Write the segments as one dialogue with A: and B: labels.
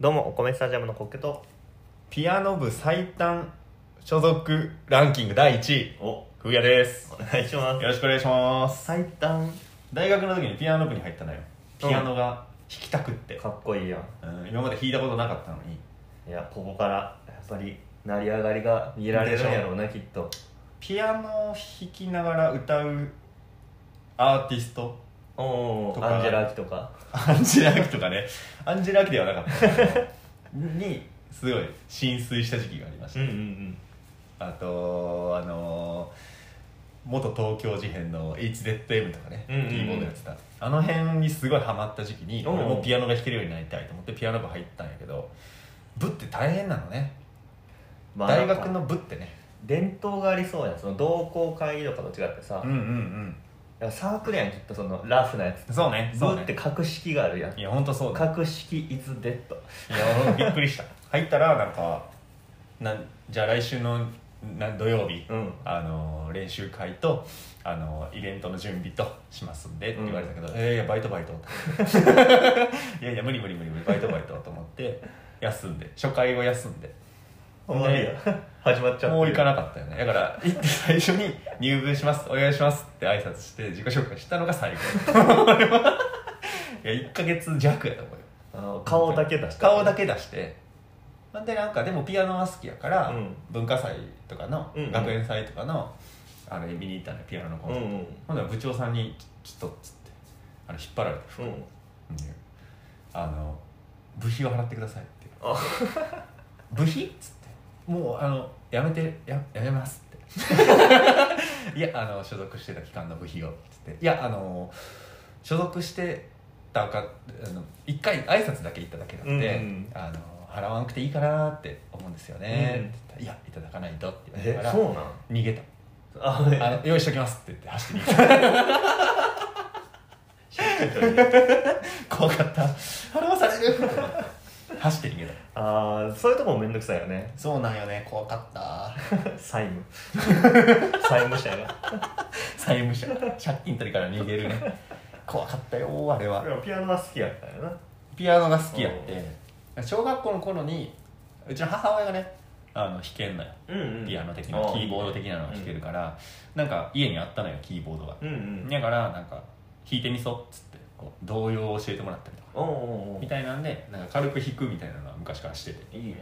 A: 米スタジアムのコッケと
B: ピアノ部最短所属ランキング第1位
C: お
B: ふうやです
A: お願いしま
C: よ
A: す
C: ろしくお願いします
A: 最短
C: 大学の時にピアノ部に入ったのよピアノが弾きたくって、
A: かっこいいやん
C: うん、今まで弾いたことなかったのに
A: いやここからやっぱり成り上がりが見られるんやろうなきっと
C: ピアノを弾きながら歌うアーティスト
A: おお
C: とか
A: アンジェラ・アキとか
C: アンジェラ・アキとか ねアンジェラ・アキではなか ったんだけどにすごい浸水した時期がありました、
A: ん
C: あとあのー元東京事変の HZM とかね、
A: うんうんうん
C: キーボードやってたあの辺にすごいハマった時期に
A: おう
C: 俺もピアノが弾けるようになりたいと思ってピアノ部入ったんやけど部って大変なのね、
A: まあ
C: 大学の部ってね
A: 伝統がありそうやんその同好会議とかと違ってさ、
C: うんうんうん
A: やっぱサークルやんきっとそのラフなやつ
C: そうね
A: ブ
C: そう
A: ーっ
C: ね
A: て格式があるやん
C: いや本当そうだ
A: 格式 is dead
C: いや俺もびっ くりした入ったらなんかなんじゃあ来週のなん土曜日、
A: うん
C: あの練習会とあのイベントの準備としますんでって言われたけど「えーいやバイトバイト」いやいや無理無理無理無理バイトバイト」と思って休んで初回を休んで
A: 終わりや 始まっちゃってる
C: もう行かなかったよねだから行って最初に「入部しますお願いします」って挨拶して自己紹介したのが最後俺はいや1ヶ月弱やと思うよ
A: あの顔だけ出した
C: 顔だけ出してほんでなんかでもピアノは好きやから、
A: うん
C: 文化祭とかの、
A: うんうん
C: 学園祭とかのあれ見に行ったのよピアノのコン
A: うん
C: サ
A: う
C: ート、
A: ん
C: ほんなら部長さんに「ちょっと」っつってあの引っ張られて
A: う
C: 服、
A: ん
C: あの部費を払ってください」って
A: あ
C: 「部費?」っつって「もうあのやめてややめます」っていやあの所属してた期間の部費を」っつって「いやあの所属してたかあの一回挨拶だけ行っただけなん
A: う
C: で、
A: んうん
C: あの払わなくていいかなって思うんですよね」
A: うん
C: って言ったら「いやいただかないと」って言われ
A: え
C: たから
A: そうなん
C: 逃げた
A: あ
C: あ
A: ね
C: の「用意しときます」って言って走って逃げた怖かった 払わさ れる走って逃げた
A: あーそういうとこもめんどくさいよね
C: そうなんよね怖かった
A: 債務 債務者が
C: 債務者借金取りから逃げるね怖かったよあれは
A: でもピアノは好きやったよな
C: ピアノが好きやって小学校の頃にうちの母親がねあの弾けんのよ
A: うん
C: ピアノ的な、キーボード的なのを弾けるから、なんか家にあったのよキーボードが
A: うんうん
C: だからなんか弾いてみそうっつってこう童謡を教えてもらったりとか
A: おうおうお
C: みたいなんでなんか軽く弾くみたいなのは昔からしてて
A: ういいね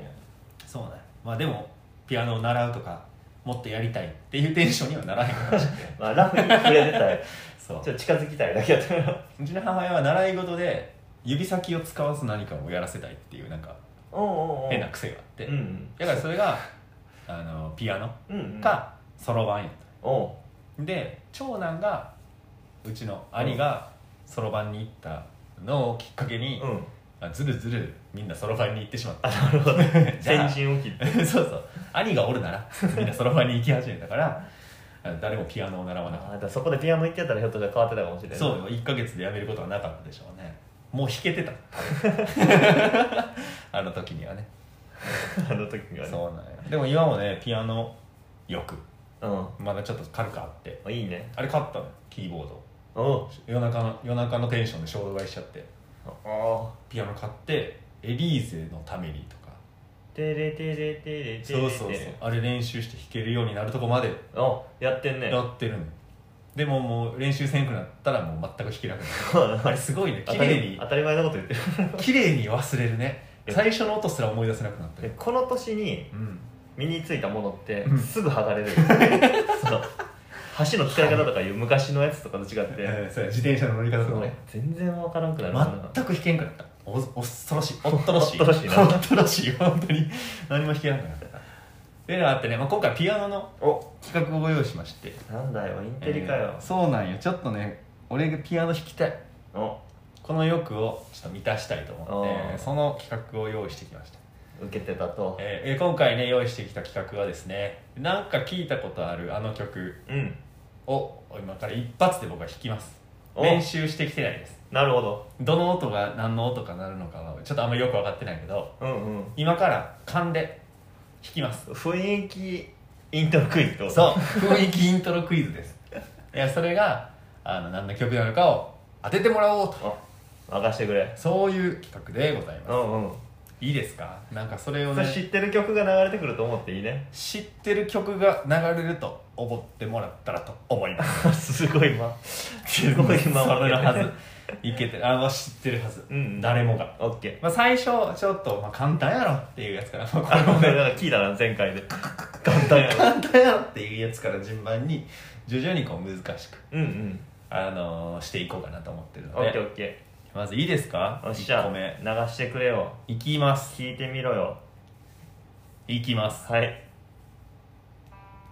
C: そうねまあでもピアノを習うとかもっとやりたいっていうテンションにはならへんかもしれない
A: まあラフに触れてたい
C: そう
A: ちょっと近づきたいだけやったから
C: うちの母親は習い事で指先を使わず何かをやらせたいっていうなんか
A: おうおうおう
C: 変な癖があって、
A: うん
C: だからそれがあのピアノ
A: うんうん
C: かそろばんやっ
A: おう
C: たで長男がうちの兄がそろばんに行ったのをきっかけに、
A: うん
C: あずるずるみんなそろばんに行ってしまった
A: なるほど
C: じゃあ
A: 先陣を切って
C: そうそう兄がおる ならみんなそろばんに行き始めたからあの誰もピアノを習わな
A: あ
C: かっ
A: ーだからそこでピアノ行ってたらひょっとしたら変わってたかもしれな
C: た
A: い
C: そうよ1か月でやめることはなかったでしょうねもう弾 けてた あの時にはね
A: あの時にはね
C: そうなんやでも今もねピアノ欲
A: う
C: まだちょっと軽くあって
A: んいいね
C: あれ買ったのキーボード
A: おう
C: 夜中の夜中のテンションで衝動買いしちゃって
A: あ
C: ピアノ買ってエリーゼのためにとか
A: あてれてれてれてれてれ
C: そうそうそうあれ練習して弾けるようになるとこまで
A: おやってんね
C: やってるのよでももう練習せんくなったらもう全く弾けなくなる
A: そうだな
C: あれすごいね
A: 当
C: 綺
A: た
C: 麗
A: り
C: に
A: 当たり前のこと言 ってる
C: 綺麗に忘れるね
A: いや
C: 最初の音すら思い出せなくなったよ
A: この年に
C: うん
A: 身についたものって
C: うん
A: すぐ剥 がれるその箸の使い方とかいう昔のやつとかと違って、
C: えーそうや自転車の乗り方
A: そ
C: と
A: う
C: か
A: ね
C: ね
A: 全然わからんくな
C: 全
A: る
C: く弾けんくなったお恐ろ しい恐ろしい
A: 恐ろしいな
C: 恐ろしい本当に何も弾けなくなったっていうのがあってね、まあ、今回ピアノの
A: お
C: 企画をご用意しまして
A: なんだよインテリかよ
C: えー、そうなんよちょっとね俺がピアノ弾きたい
A: お
C: この欲をちょっと満たしたいと思っ
A: あー
C: てその企画を用意してきました
A: 受けてたと
C: えーえー今回ね用意してきた企画はですねなんか聞いたことあるあの曲
A: うん
C: を今から一発で僕は弾きます
A: お
C: 練習してきてないです
A: なるほど
C: どの音が何の音かなるのかはちょっとあんまりよく分かってないけど
A: うんうん
C: 今から勘で弾きます
A: 雰囲気イントロクイズってこと
C: そう雰囲気イントロクイズですいやそれがあの何の曲なのかを当ててもらおうと
A: あ任してくれ
C: そういう企画でございま
A: うんうん
C: すいいですかなんかそれを
A: そ
C: ね
A: れ知ってる曲が流れてくると思っていいね
C: 知ってる曲が流れると思ってもらったらと思います
A: すごいま すごい
C: それ
A: 回る
C: のはず
A: ね
C: いけてるあの知ってるはず、
A: うん
C: 誰もが、
A: オッケ
C: まあ、最初ちょっと、まあ、簡単やろっていうやつから、ま
A: ー
C: あ、これ
A: あ
C: も
A: の
C: ね
A: なんか聞いたな前回で簡単やろ
C: 簡単やろっていうやつから順番に徐々にこう難しく、
A: うんうん
C: あのーしていこうかなと思ってる
A: オ
C: の
A: ッケー
C: で
A: オッケ
C: まずいいですか
A: ーおっしゃ
C: 1個目
A: 流してくれよ
C: いきます
A: 聞いてみろよ
C: いきます
A: はい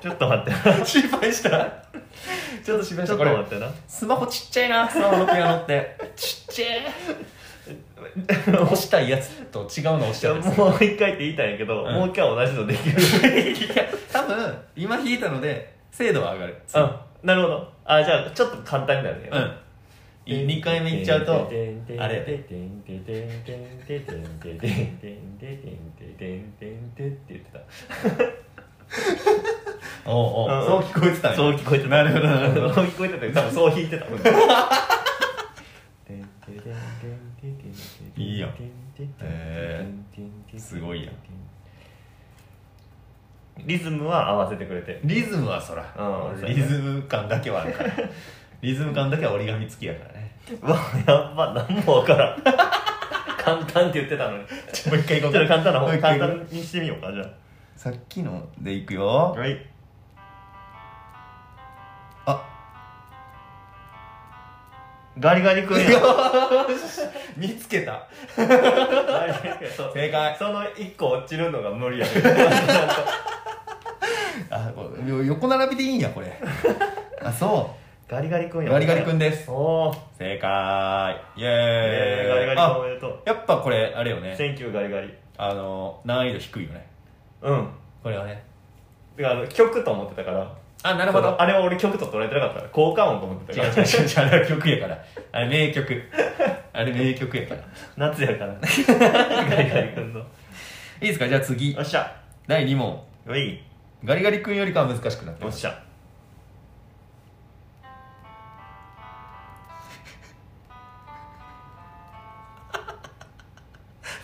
A: ちょっと待ってな
C: 失敗したちょっと失敗
A: ち
C: した
A: ょっ
C: ことれ
A: 待ってな
C: スマホちっちゃいなスマホのピアノってちっちゃい押したいやつと違うの押し
A: じ
C: て
A: ゃ
C: る
A: あ
C: んです
A: もう一回って言いたいんやけど、
C: うん
A: もう一回同じのできる
C: いや多分今弾いたので精度は上がる
A: あなるほどあじゃあちょっと簡単になるね
C: うん2回目いっちゃうとあれ
A: って言って
C: おうおう
A: うん
C: そう聞こえてたん
A: た
C: や
A: そう聞こえてた
C: なるほどなるほど
A: そう聞こえてた多分そう弾いてた
C: いいやん
A: え
C: へすごいやん
A: リズムは合わせてくれて
C: リズムはそら、
A: うん
C: リズム感だけはあるから リズム感だけは折り紙付きやからね
A: うわやっぱ何もわからん 簡単って言ってたのに
C: ちょもう一回い
A: ち
C: こ
A: ょっと
C: うか
A: 簡単な方
C: もう一
A: 簡
C: 回行こう
A: 単にしてみようかじゃ
C: さっきのでいく
A: あ
C: よ
A: はい
C: あ
A: ガリガリ君や
C: 見つけた
A: ガリガリ君やそう
C: 正解
A: その一個落ちるのが無理やね
C: あこれよ横並びでいいんやこれ あそ
A: ガリガリ君
C: う
A: や
C: ガリガリ君です
A: おー
C: 正解イエーイ、
A: えーガリガリ君お
C: あ
A: めでとう
C: やっぱこれあれよね
A: センキューガリガリ
C: あの難易度低いよね
A: うん
C: これはね
A: てかあの曲と思ってたから
C: あな
A: なあれは俺曲と捉えてなかったから効果音と思って
C: 違う
A: たから
C: 違う違う違うあれは曲やからあれ名曲あれ名曲やからい
A: 夏やから ガリガリ君のよ
C: いですかじゃあ次
A: っしゃ
C: 第2問
A: うい
C: ガリガリ君よりかは難しくなって
A: よ
C: ま
A: っ
C: す
A: しゃ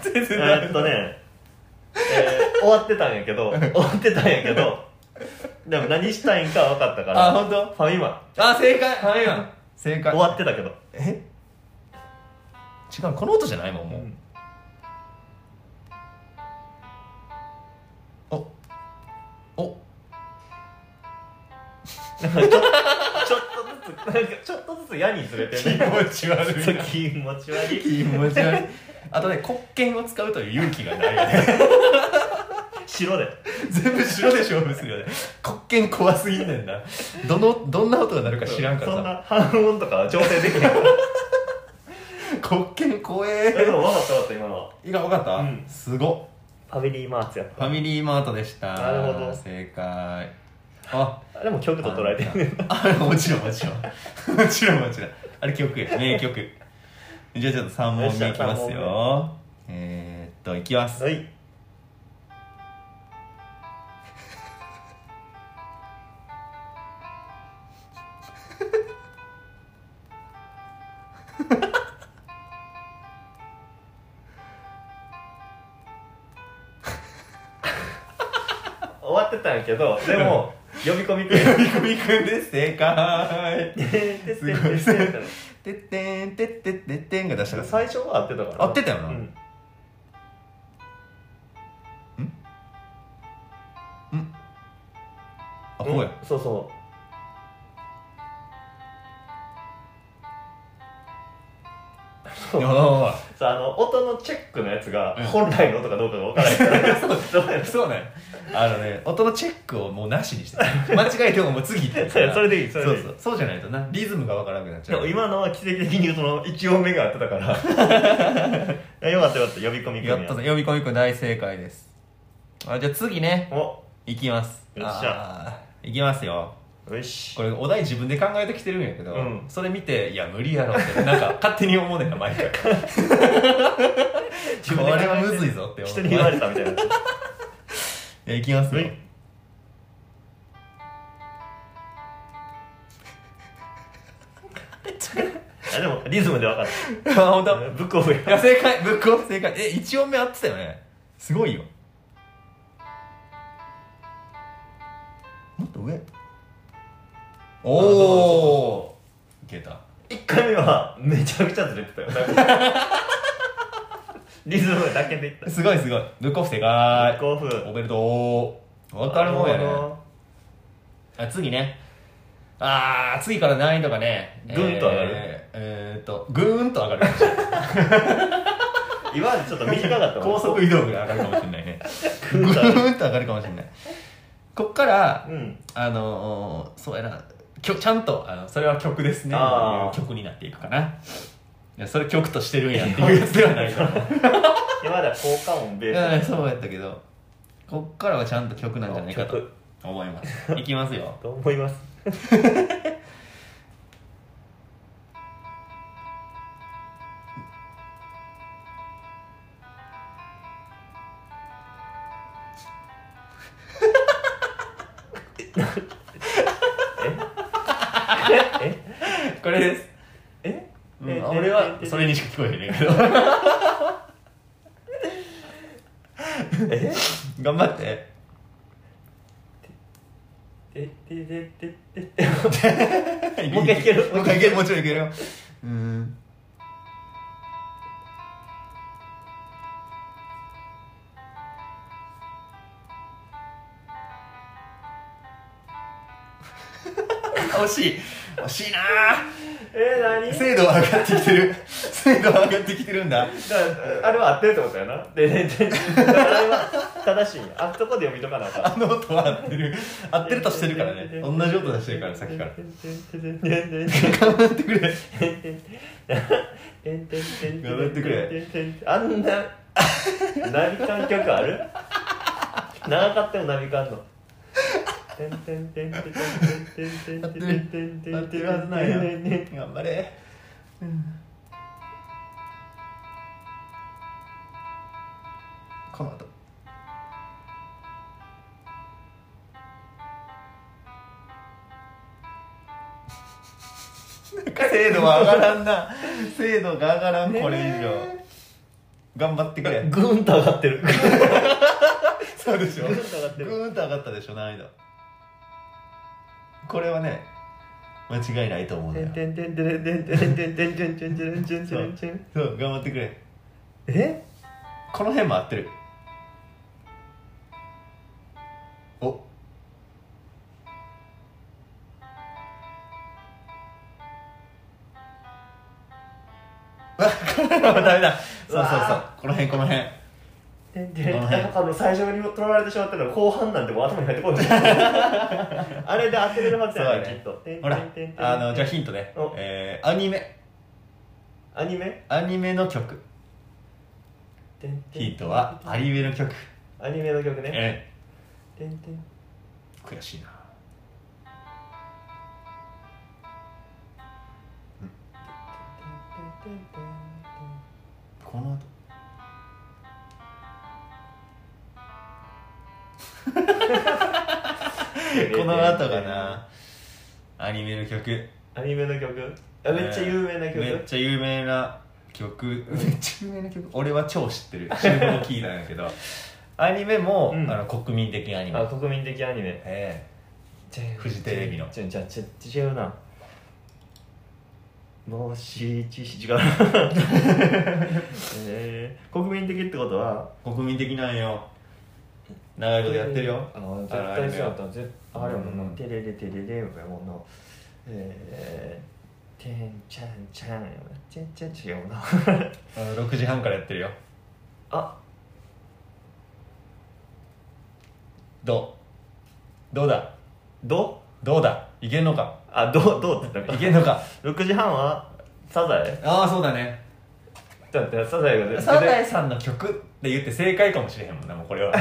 C: 全然
A: えーっとね、えー終わってたんやけ ど終わってたんやけどでも何したいんかは分かったから
C: あ本当
A: ファミマ
C: あ正解はいや正解
A: 終わってたけど、
C: え違うこの音じゃないもんもう、おお
A: ちょっとずつなんかちょっとずつ矢にずれて
C: 気持
A: ね
C: ち悪
A: ちょっと気持ち悪い
C: 気持ち悪いあとね黒剣を使うという勇気がないよ ね
A: 白で
C: 全部白で勝負するよね黒剣怖すぎんねんなどのどんな音が鳴るか知らんから
A: そん
C: さ
A: な半音とかは調整できないから
C: 黒剣怖
A: えで
C: え
A: も分かった分かった今のは
C: ーいや分かった、
A: うん
C: すごっ
A: ファミリーマーツやっ
C: ファ
A: た
C: ミリーマートでした
A: なるほど
C: 正解あ
A: あでも曲と捉えてる
C: あもちろんもちろん もちろんもちろんあれ曲や名曲じゃあちょっと3問目いきます
A: よっしゃ三
C: よえー、っといきます
A: はい終わってたんやけどでも呼び込みて
C: みこみくんです正解
A: すごい
C: てってんてってってってんが出したから
A: 最初は合ってたからな
C: 合ってたよな
A: うん
C: あこうや
A: んそうそ
C: お
A: う
C: ー
A: さああの音のチェックのやつが
C: うん
A: 本来の音かどうかが分 からないそうそうや
C: そうねあのね音のチェックをもうなし にして間違えてももう次行ってるか
A: そう
C: ら
A: やそれでいいそ
C: そ
A: れ
C: う
A: でいい
C: そうそうじゃないとなリズムがわからなくなっち
A: で
C: ゃう
A: も今のは奇跡的にその1音目が合ってた からいやよかったよかった呼び込み君
C: やったぞ呼び込みくん大正解ですあじゃあ次ね
A: お
C: いきます
A: よっし
C: ゃいきますよ
A: よし
C: これお題自分で考えてきてるんやけど、
A: うん
C: それ見ていや無理やろってなんか勝手に思うねんな毎 回こ
A: 考えて
C: れはむずいぞって思う
A: 人に言われたみたいな
C: いやいきますよ、
A: はいあでもリズムで分かっ
B: あ本当
A: たブックオフや
C: いや正解ブックオフ正解え一1音目合ってたよね
B: すごいよ
C: もっと上おおいけた
A: 1回目はめちゃくちゃずれてたよなんかリズムだけでいった
C: すごいすごいブックオフ正
A: ブッ
C: 解
A: クオフ
C: おめでとうわかるもんやねあ次ねあー次から難易度がね
A: ぐんと上がる
C: えーえーっとぐーんと上がるかもしれない
A: 今までちょっと短かったもん
C: 高速移動ぐらい上がるかもしれないね
A: ぐ
C: ぐ
A: んと上がる
C: ーんと上がるかもしれないこっから
A: うん
C: あのーそうやなきょちゃんとあのそれは曲ですね
A: あー
C: っていう曲になっていくかないやそれ曲としてるんやっていうやつでは ないから
A: 今までは効果音ベ
C: い
A: ー
C: やそうやったけどこっからはちゃんと曲なんじゃないかと思いますいきますよ
A: スと思いますええ
C: これです、
A: え
C: うん
A: え
C: 俺はそれにしか聞こえへんねんけど
A: え
C: 頑張 って
A: えててててて
C: も
A: もう一回いける
C: もう一回いけるもちろんいけるようーん 惜しい惜しいな
A: え何
C: ー精度は上がってきてる精度は上がってきてるんだ
A: だからあれは合ってるってことやなでででだからあれは正しいんやあそこで読みとかなあかん
C: あの音は合ってる合ってるとしてるから ね同じ音出してるからさっき から頑張ってくれ
A: あんなナビカン曲ある長かったよナビカンの
C: 合ってる合ってるはずないよ頑張れうんこの後精度は上がらんな精度が上がらんこれ以上頑張ってくれ
A: グーンと上がってる
C: そうでしょ
A: グーンと上がってる
C: グーンと上がったでしょ難易度これはね間違いないと思うんだよそうそう頑張ってくれ
A: え
C: この辺も合ってるお あこれはダメだそうそうそうこの辺この辺
A: なんかあの最初に取られてしまったのは後半なんてもう頭に入ってこないあれで当てれるはず
C: そう
A: や
C: だ
A: ねき
C: ね
A: っと
C: ほらあのじゃあヒントね
A: お
C: えーアニメ
A: アニメ
C: アニメの曲ヒントはアニメの曲
A: アニメの曲ね
C: えー悔しいなこの後この後がなアニメの曲
A: アニメの曲あめっちゃ有名な曲
C: めっちゃ有名な曲めっちゃ有名な曲俺は超知ってる知るほど聞いたんやけど アニメも、
A: うん
C: あの国民的アニメ
A: あ国民的アニメ
C: えフジテレビの
A: ちょちょちょちょ違うなもしち違うえー、国民的ってことは
C: え国民的なんよ長いことやってるよ
A: あ絶対そうだった絶
C: あの
A: あれやもんな、
C: うん
A: テレレテレレやもんなえー、てんちゃんちゃんやもんなちゃんちゃんちゃんやもんな
C: あの6時半からやってるよ
A: あ
C: どうどうだ
A: ど
C: どうだいけんのか
A: あどどうって言った
C: い
A: か
C: けんの か
A: 6時半はサザエ
C: ああそうだね
A: だってサザエが出て
C: サザエさんの曲って言って正解かもしれへんもんなもうこれは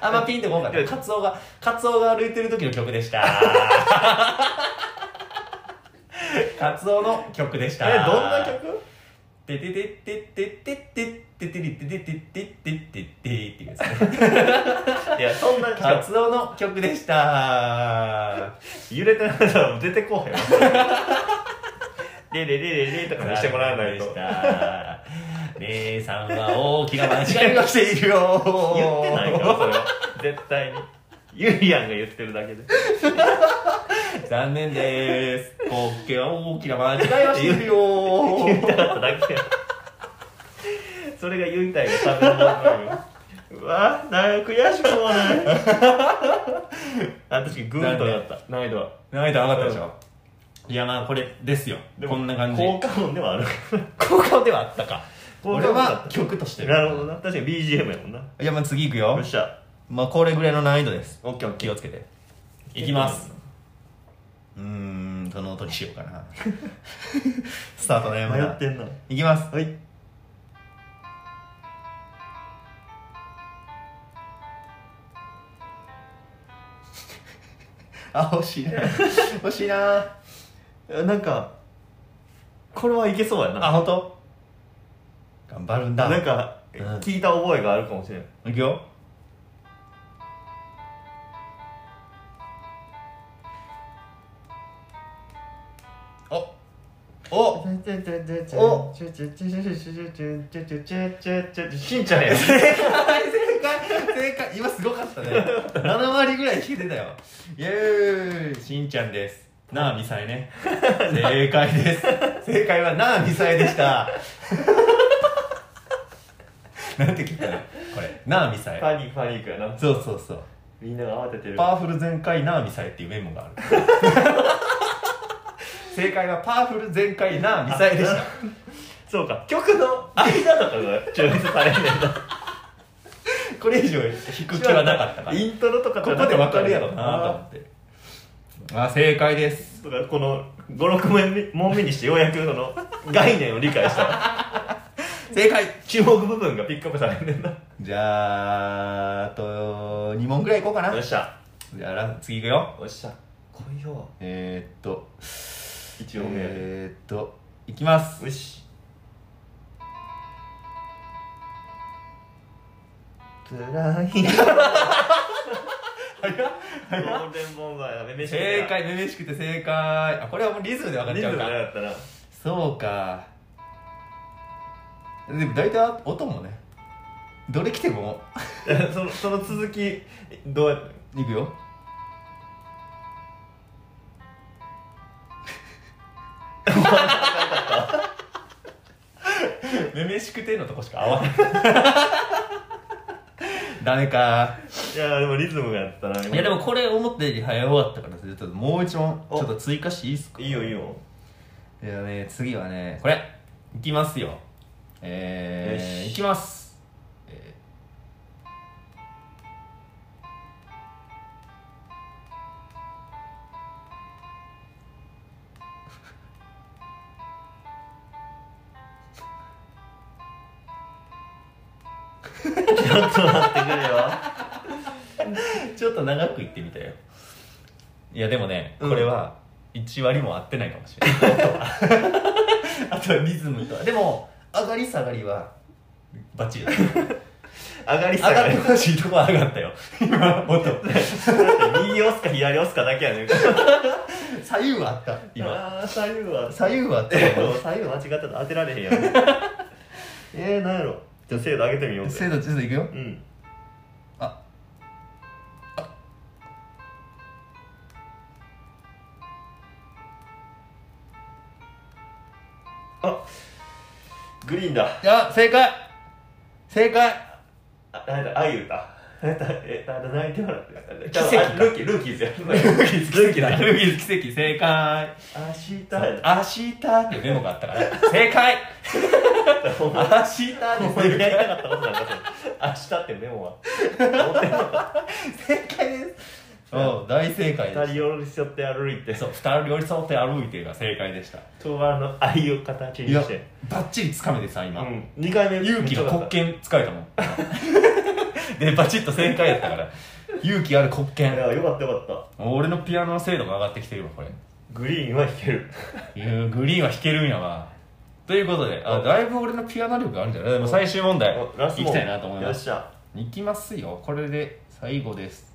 C: あんまピンとこんかったカツオがカツオが歩いてる時の曲でしたカツオの曲でし
A: え
C: た
A: どんな曲
C: てててててててててててててててててっていうやつ
A: いやそんな
C: カツオの曲でした
A: 揺れてなかったら出てこうへんわレレレレレとかにしてもらわないと言
D: 姉さんは大きな間違いをしているよ
A: ってないからそれは絶対にゆりやんが言ってるだけで
D: 残念です ホッケは大きな間違いをしてい るよ
A: 言いたかっただけやそれが言いたいがための番組うわなんか悔しくもないあ確かにグーンと上がった難易度は
D: 難易度上がったでしょいやまあこれですよこんな感じ
A: 効果音ではある
D: 効果ではあったか
A: 効果
D: 俺
A: 音だ
D: は
A: っ
D: 曲として
A: たなるほどな確かに BGM やもんなよ
C: じゃあまあ次いくよ
A: っしゃ
C: まあこれぐらいの難易度です
A: オッケーオッケ
C: 気
A: ー
C: をつけて
D: いきます
C: うーんどの音にしようかな スタートねま
A: 迷
C: だ
A: ってんない
C: きます
A: はい
C: あ欲し いな欲しいな
A: なんかこれはいけそうやな
C: あ本当頑張るんだ
A: なんか
C: うん
A: 聞いた覚えがあるかもしれない
C: いくよおお
A: おしんちゃんや
C: 正解正解今すごかったね7割ぐらい引けてたよイエーイしんちゃんですなあみさえね正解です正解はなあみさえでしたなんて聞いたのこれなあみさえ、
A: パニックパニックやな
C: そうそうそう
A: みんなが慌ててる
C: パワフル全開なあみさえっていうメモがある正解はパワフル全開なあみさえでした
A: そうか曲の間とかが抽出されるんねんな
C: これ以上引く気はなかったから
A: イントロとかじゃ
C: こ
A: なか
C: こ
A: った
C: でわかるやろなと思ってあ正解です
A: とかこの56問目にしてようやくその概念を理解した
C: 正解
A: 注目部分がピックアップされるんねんな
C: じゃああと2問ぐらいいこうかな
A: よっしゃ
C: じゃあラ次いくよ
A: よっしゃ来いよ
C: えー、っと
A: 一応目やで
C: えー、っといきます
A: よしつらいゴールデンボンバーやめめし食
C: 正
A: や
C: 解めめしくて正解あこれはもうリズムで分かっ
A: リ
C: ち
A: ズ
C: ゃう
A: ム
C: か
A: がやったら
C: そうかでも大体音もねどれ来ても
A: そのその続きどうやって
C: いく よめめしくてのとこしか合わないダメか
A: いやでもリズムがやったない
C: やでもこれ思ったより早終わったからちょっともう一問ち
A: お
C: ょっと追加していいっすか
A: いいよいいよ
C: いやね次はねこれいきますよえ
A: よ
C: ー、
A: し
C: いきますえ
A: ちょっと待ってくれよ
C: ーちょっと長くいってみたよいやでもね
A: うん
C: これは1割も合ってないかもしれない、あとはリズムとはでも上がり下がりはバッチリだ
A: 上がり
C: 上
A: 下
C: が
A: が
C: っ
A: り
C: てほしいとこは上がったよ今音
A: 右押すか左押すかだけやね ん
C: 左右はあった今
A: あー左右 は
C: 左右はあった
A: えっと左右間違ってたら当てられ へんやんえー、なんやろじゃあ精度上げてみようぜ
C: 精度ちょっといくよ
A: うん
C: あ
A: あグリーンだ
C: いや正解正解
A: あ、なんだ、あゆうた。えっと、えっと、泣いてもらって。
C: 奇跡か
A: あルーキー、ルーキーズや。ル
C: ルーキーズ奇跡だ
A: だ。
C: ルーキーズ奇跡正解
A: 明日
C: 明日ってメモがあったから正解
A: お前、
C: 明日です
A: お前やりたかったことなんかそれ明日ってメモは。
C: 正解ですうん大正解
A: 二
C: で
A: 人
C: し
A: 寄り添って歩いて、
C: たそう二人寄り添って歩いてが正解でした
A: 東和の愛を形に
C: いや
A: して。
C: バッチリつかめてさ
A: う
C: 今、
A: ん。二回目、
C: 勇気が
A: こ
C: 黒
A: け。
C: 剣使えたもん でバチッと正解やったから勇気ある黒
A: い
C: 剣
A: や、よかったよかっ
C: 俺のピアノの精度が上がってきてるわこれ
A: た。グリーンは弾ける。
C: いやグリーンは弾けるんやわということであだいぶ俺のピアノ力があるんじゃないでも最終問題い
A: おラス
C: き
A: トも
C: たいなと思い
A: よ
C: ま
A: っ
C: す
A: しゃ。
C: いきますよこれで最後です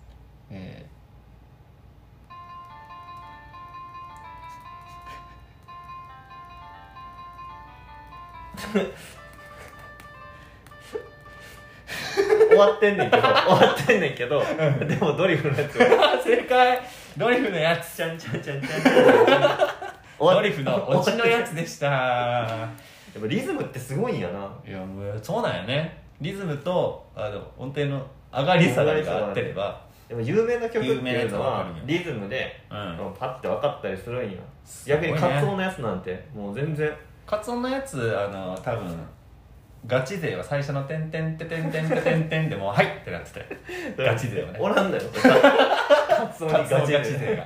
C: えー
A: 終わってんねんけど終わってんねんけどでもドリフのやつは
C: 正解ドリフのやつ
A: ちゃんちゃんちゃんちゃん
C: ド
A: ド
C: リ フのオチのやつでした
A: やっぱリズムってすごいんやない
C: やもうそうなんやねリズムとあの音程の上がり下がりが合ってれば
A: でも有名な曲って
C: 有名なや
A: いう
C: つ
A: の
C: はわ
A: は
C: かるんや
A: リズムで、
C: うん
A: パッて分かったりするんや
C: すごい
A: 逆
C: ね
A: にカツオのやつなんてもう全然
C: カツオのやつあの多分ガチ勢は最初の「てんてんててんてんてんてんてん」でもう「はい!」ってなってて ガチ勢はね
A: おらんだよカツオに
C: カツオ
A: ガ
C: ガ
A: チ
C: チ
A: 勢
C: 勢 が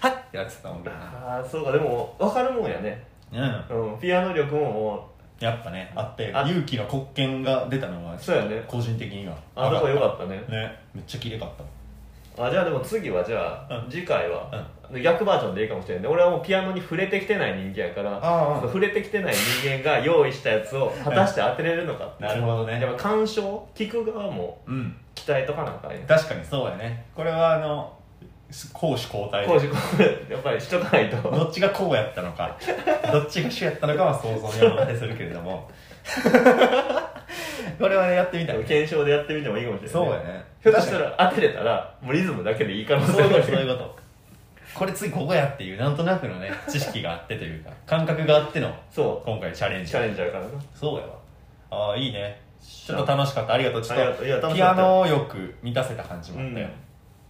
C: はいってなってたもんな
A: ああそうかでも分かるもんやね、
C: うん
A: うん、ピアノ力ももう
C: やっぱねあって
A: あ
C: 勇気の国権が出たのは
A: そうやね
C: 個人的には
A: あそこ良かったね
C: ねめっちゃ綺麗かった
A: あじゃあでも次はじゃあ、
C: うん
A: 次回は、逆バージョンでいいかもしれない俺はもうピアノに触れてきてない人間やから
C: ああ
A: その触れてきてない人間が用意したやつを果たして当てれるのかって
C: なるほどね
A: やっぱ鑑賞聞く側も
C: うん
A: 期待とかなんかあり
C: 確かにそうやねこれはあの攻守交代
A: こう
C: で
A: しこうやっぱりしとかないと
C: どっちがこうやった のかどっちが主やったのかは想像にお任せするけれ どもこれはねやってみたい
A: 検証でやってみてもいいかもしれない
C: そうやね
A: ひょっとしたら当てれたらもうリズムだけでいい可能
C: そう
A: 性
C: いう
A: もあ
C: こと
A: る
C: そういうことこれ次ここやっていうなんとなくのね知識があってというか感覚があっての
A: そ
C: 今回チャレン
A: う
C: ジ
A: チャレンジャーからな
C: そうやわああいいねちょっと楽しかったありがとうちょっ
A: ありがとういや楽
C: と
A: し
C: ピ
A: か
C: ア
A: った
C: ノをよく満たせた感じもあったよ、
A: うん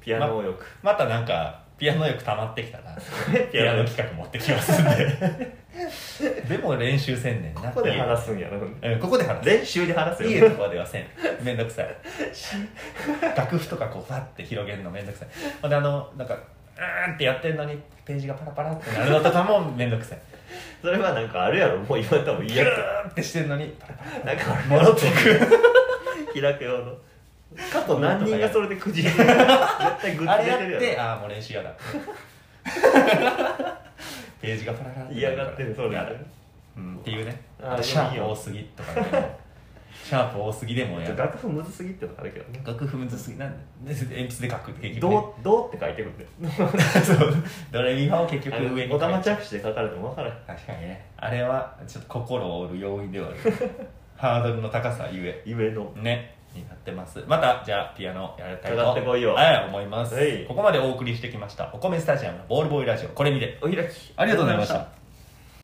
A: ピアノ欲、
C: またなんかピアノよく溜まってきたら ピ
A: ピア
C: ア
A: ノ
C: ノ
A: 欲
C: 企画持ってきますんで でも練習せんねんな
A: ここで
C: 話
A: 話すんやな
C: うんここで話す
A: 練習で話すよ
C: 家とかではせんめんどくさい楽譜とかこうファッて広げるのめんどくさいほんであのなんかうーんってやってるのにページがパラパラってなるのとかもめんどくさい
A: それはなんかあるやろもう今多分
C: ギ
A: いや
C: ューってしてるのにパラパ
A: つなんかある
C: ラ戻ってく
A: 開く用の過去何人がそれでくじ絶 対グ
C: あ
A: ッズ
C: れ
A: 出
C: や
A: てる
C: っ
A: や
C: て
A: ろ
C: ああもう練習 やだページがパラパラな
A: 嫌
C: から
A: がってるそうだ
C: や
A: よ
C: だうんっていうね
A: あ
C: あとシャープ多すぎとかでもシャープ多すぎでも
A: ち
C: や
A: ょっと
C: だ
A: 楽譜むずすぎってのがあるけどね
C: 楽譜むずすぎなんでで鉛筆で書くって結局、ね、
A: どうどうって書いてくんだよ
C: そうドレミファを結局上に
A: おたま着手で書かれても分からへん
C: 確かにねあれはちょっと心を折る要因ではある ハードルの高さゆえ
A: 夢の
C: ねになってますまたじゃあピアノやりたいと
A: かかってこいよ
C: はい思います、
A: はい
C: ここまでお送りしてきましたお米スタジアムのボールボーイラジオこれにて
A: お開き
C: ありがとうございました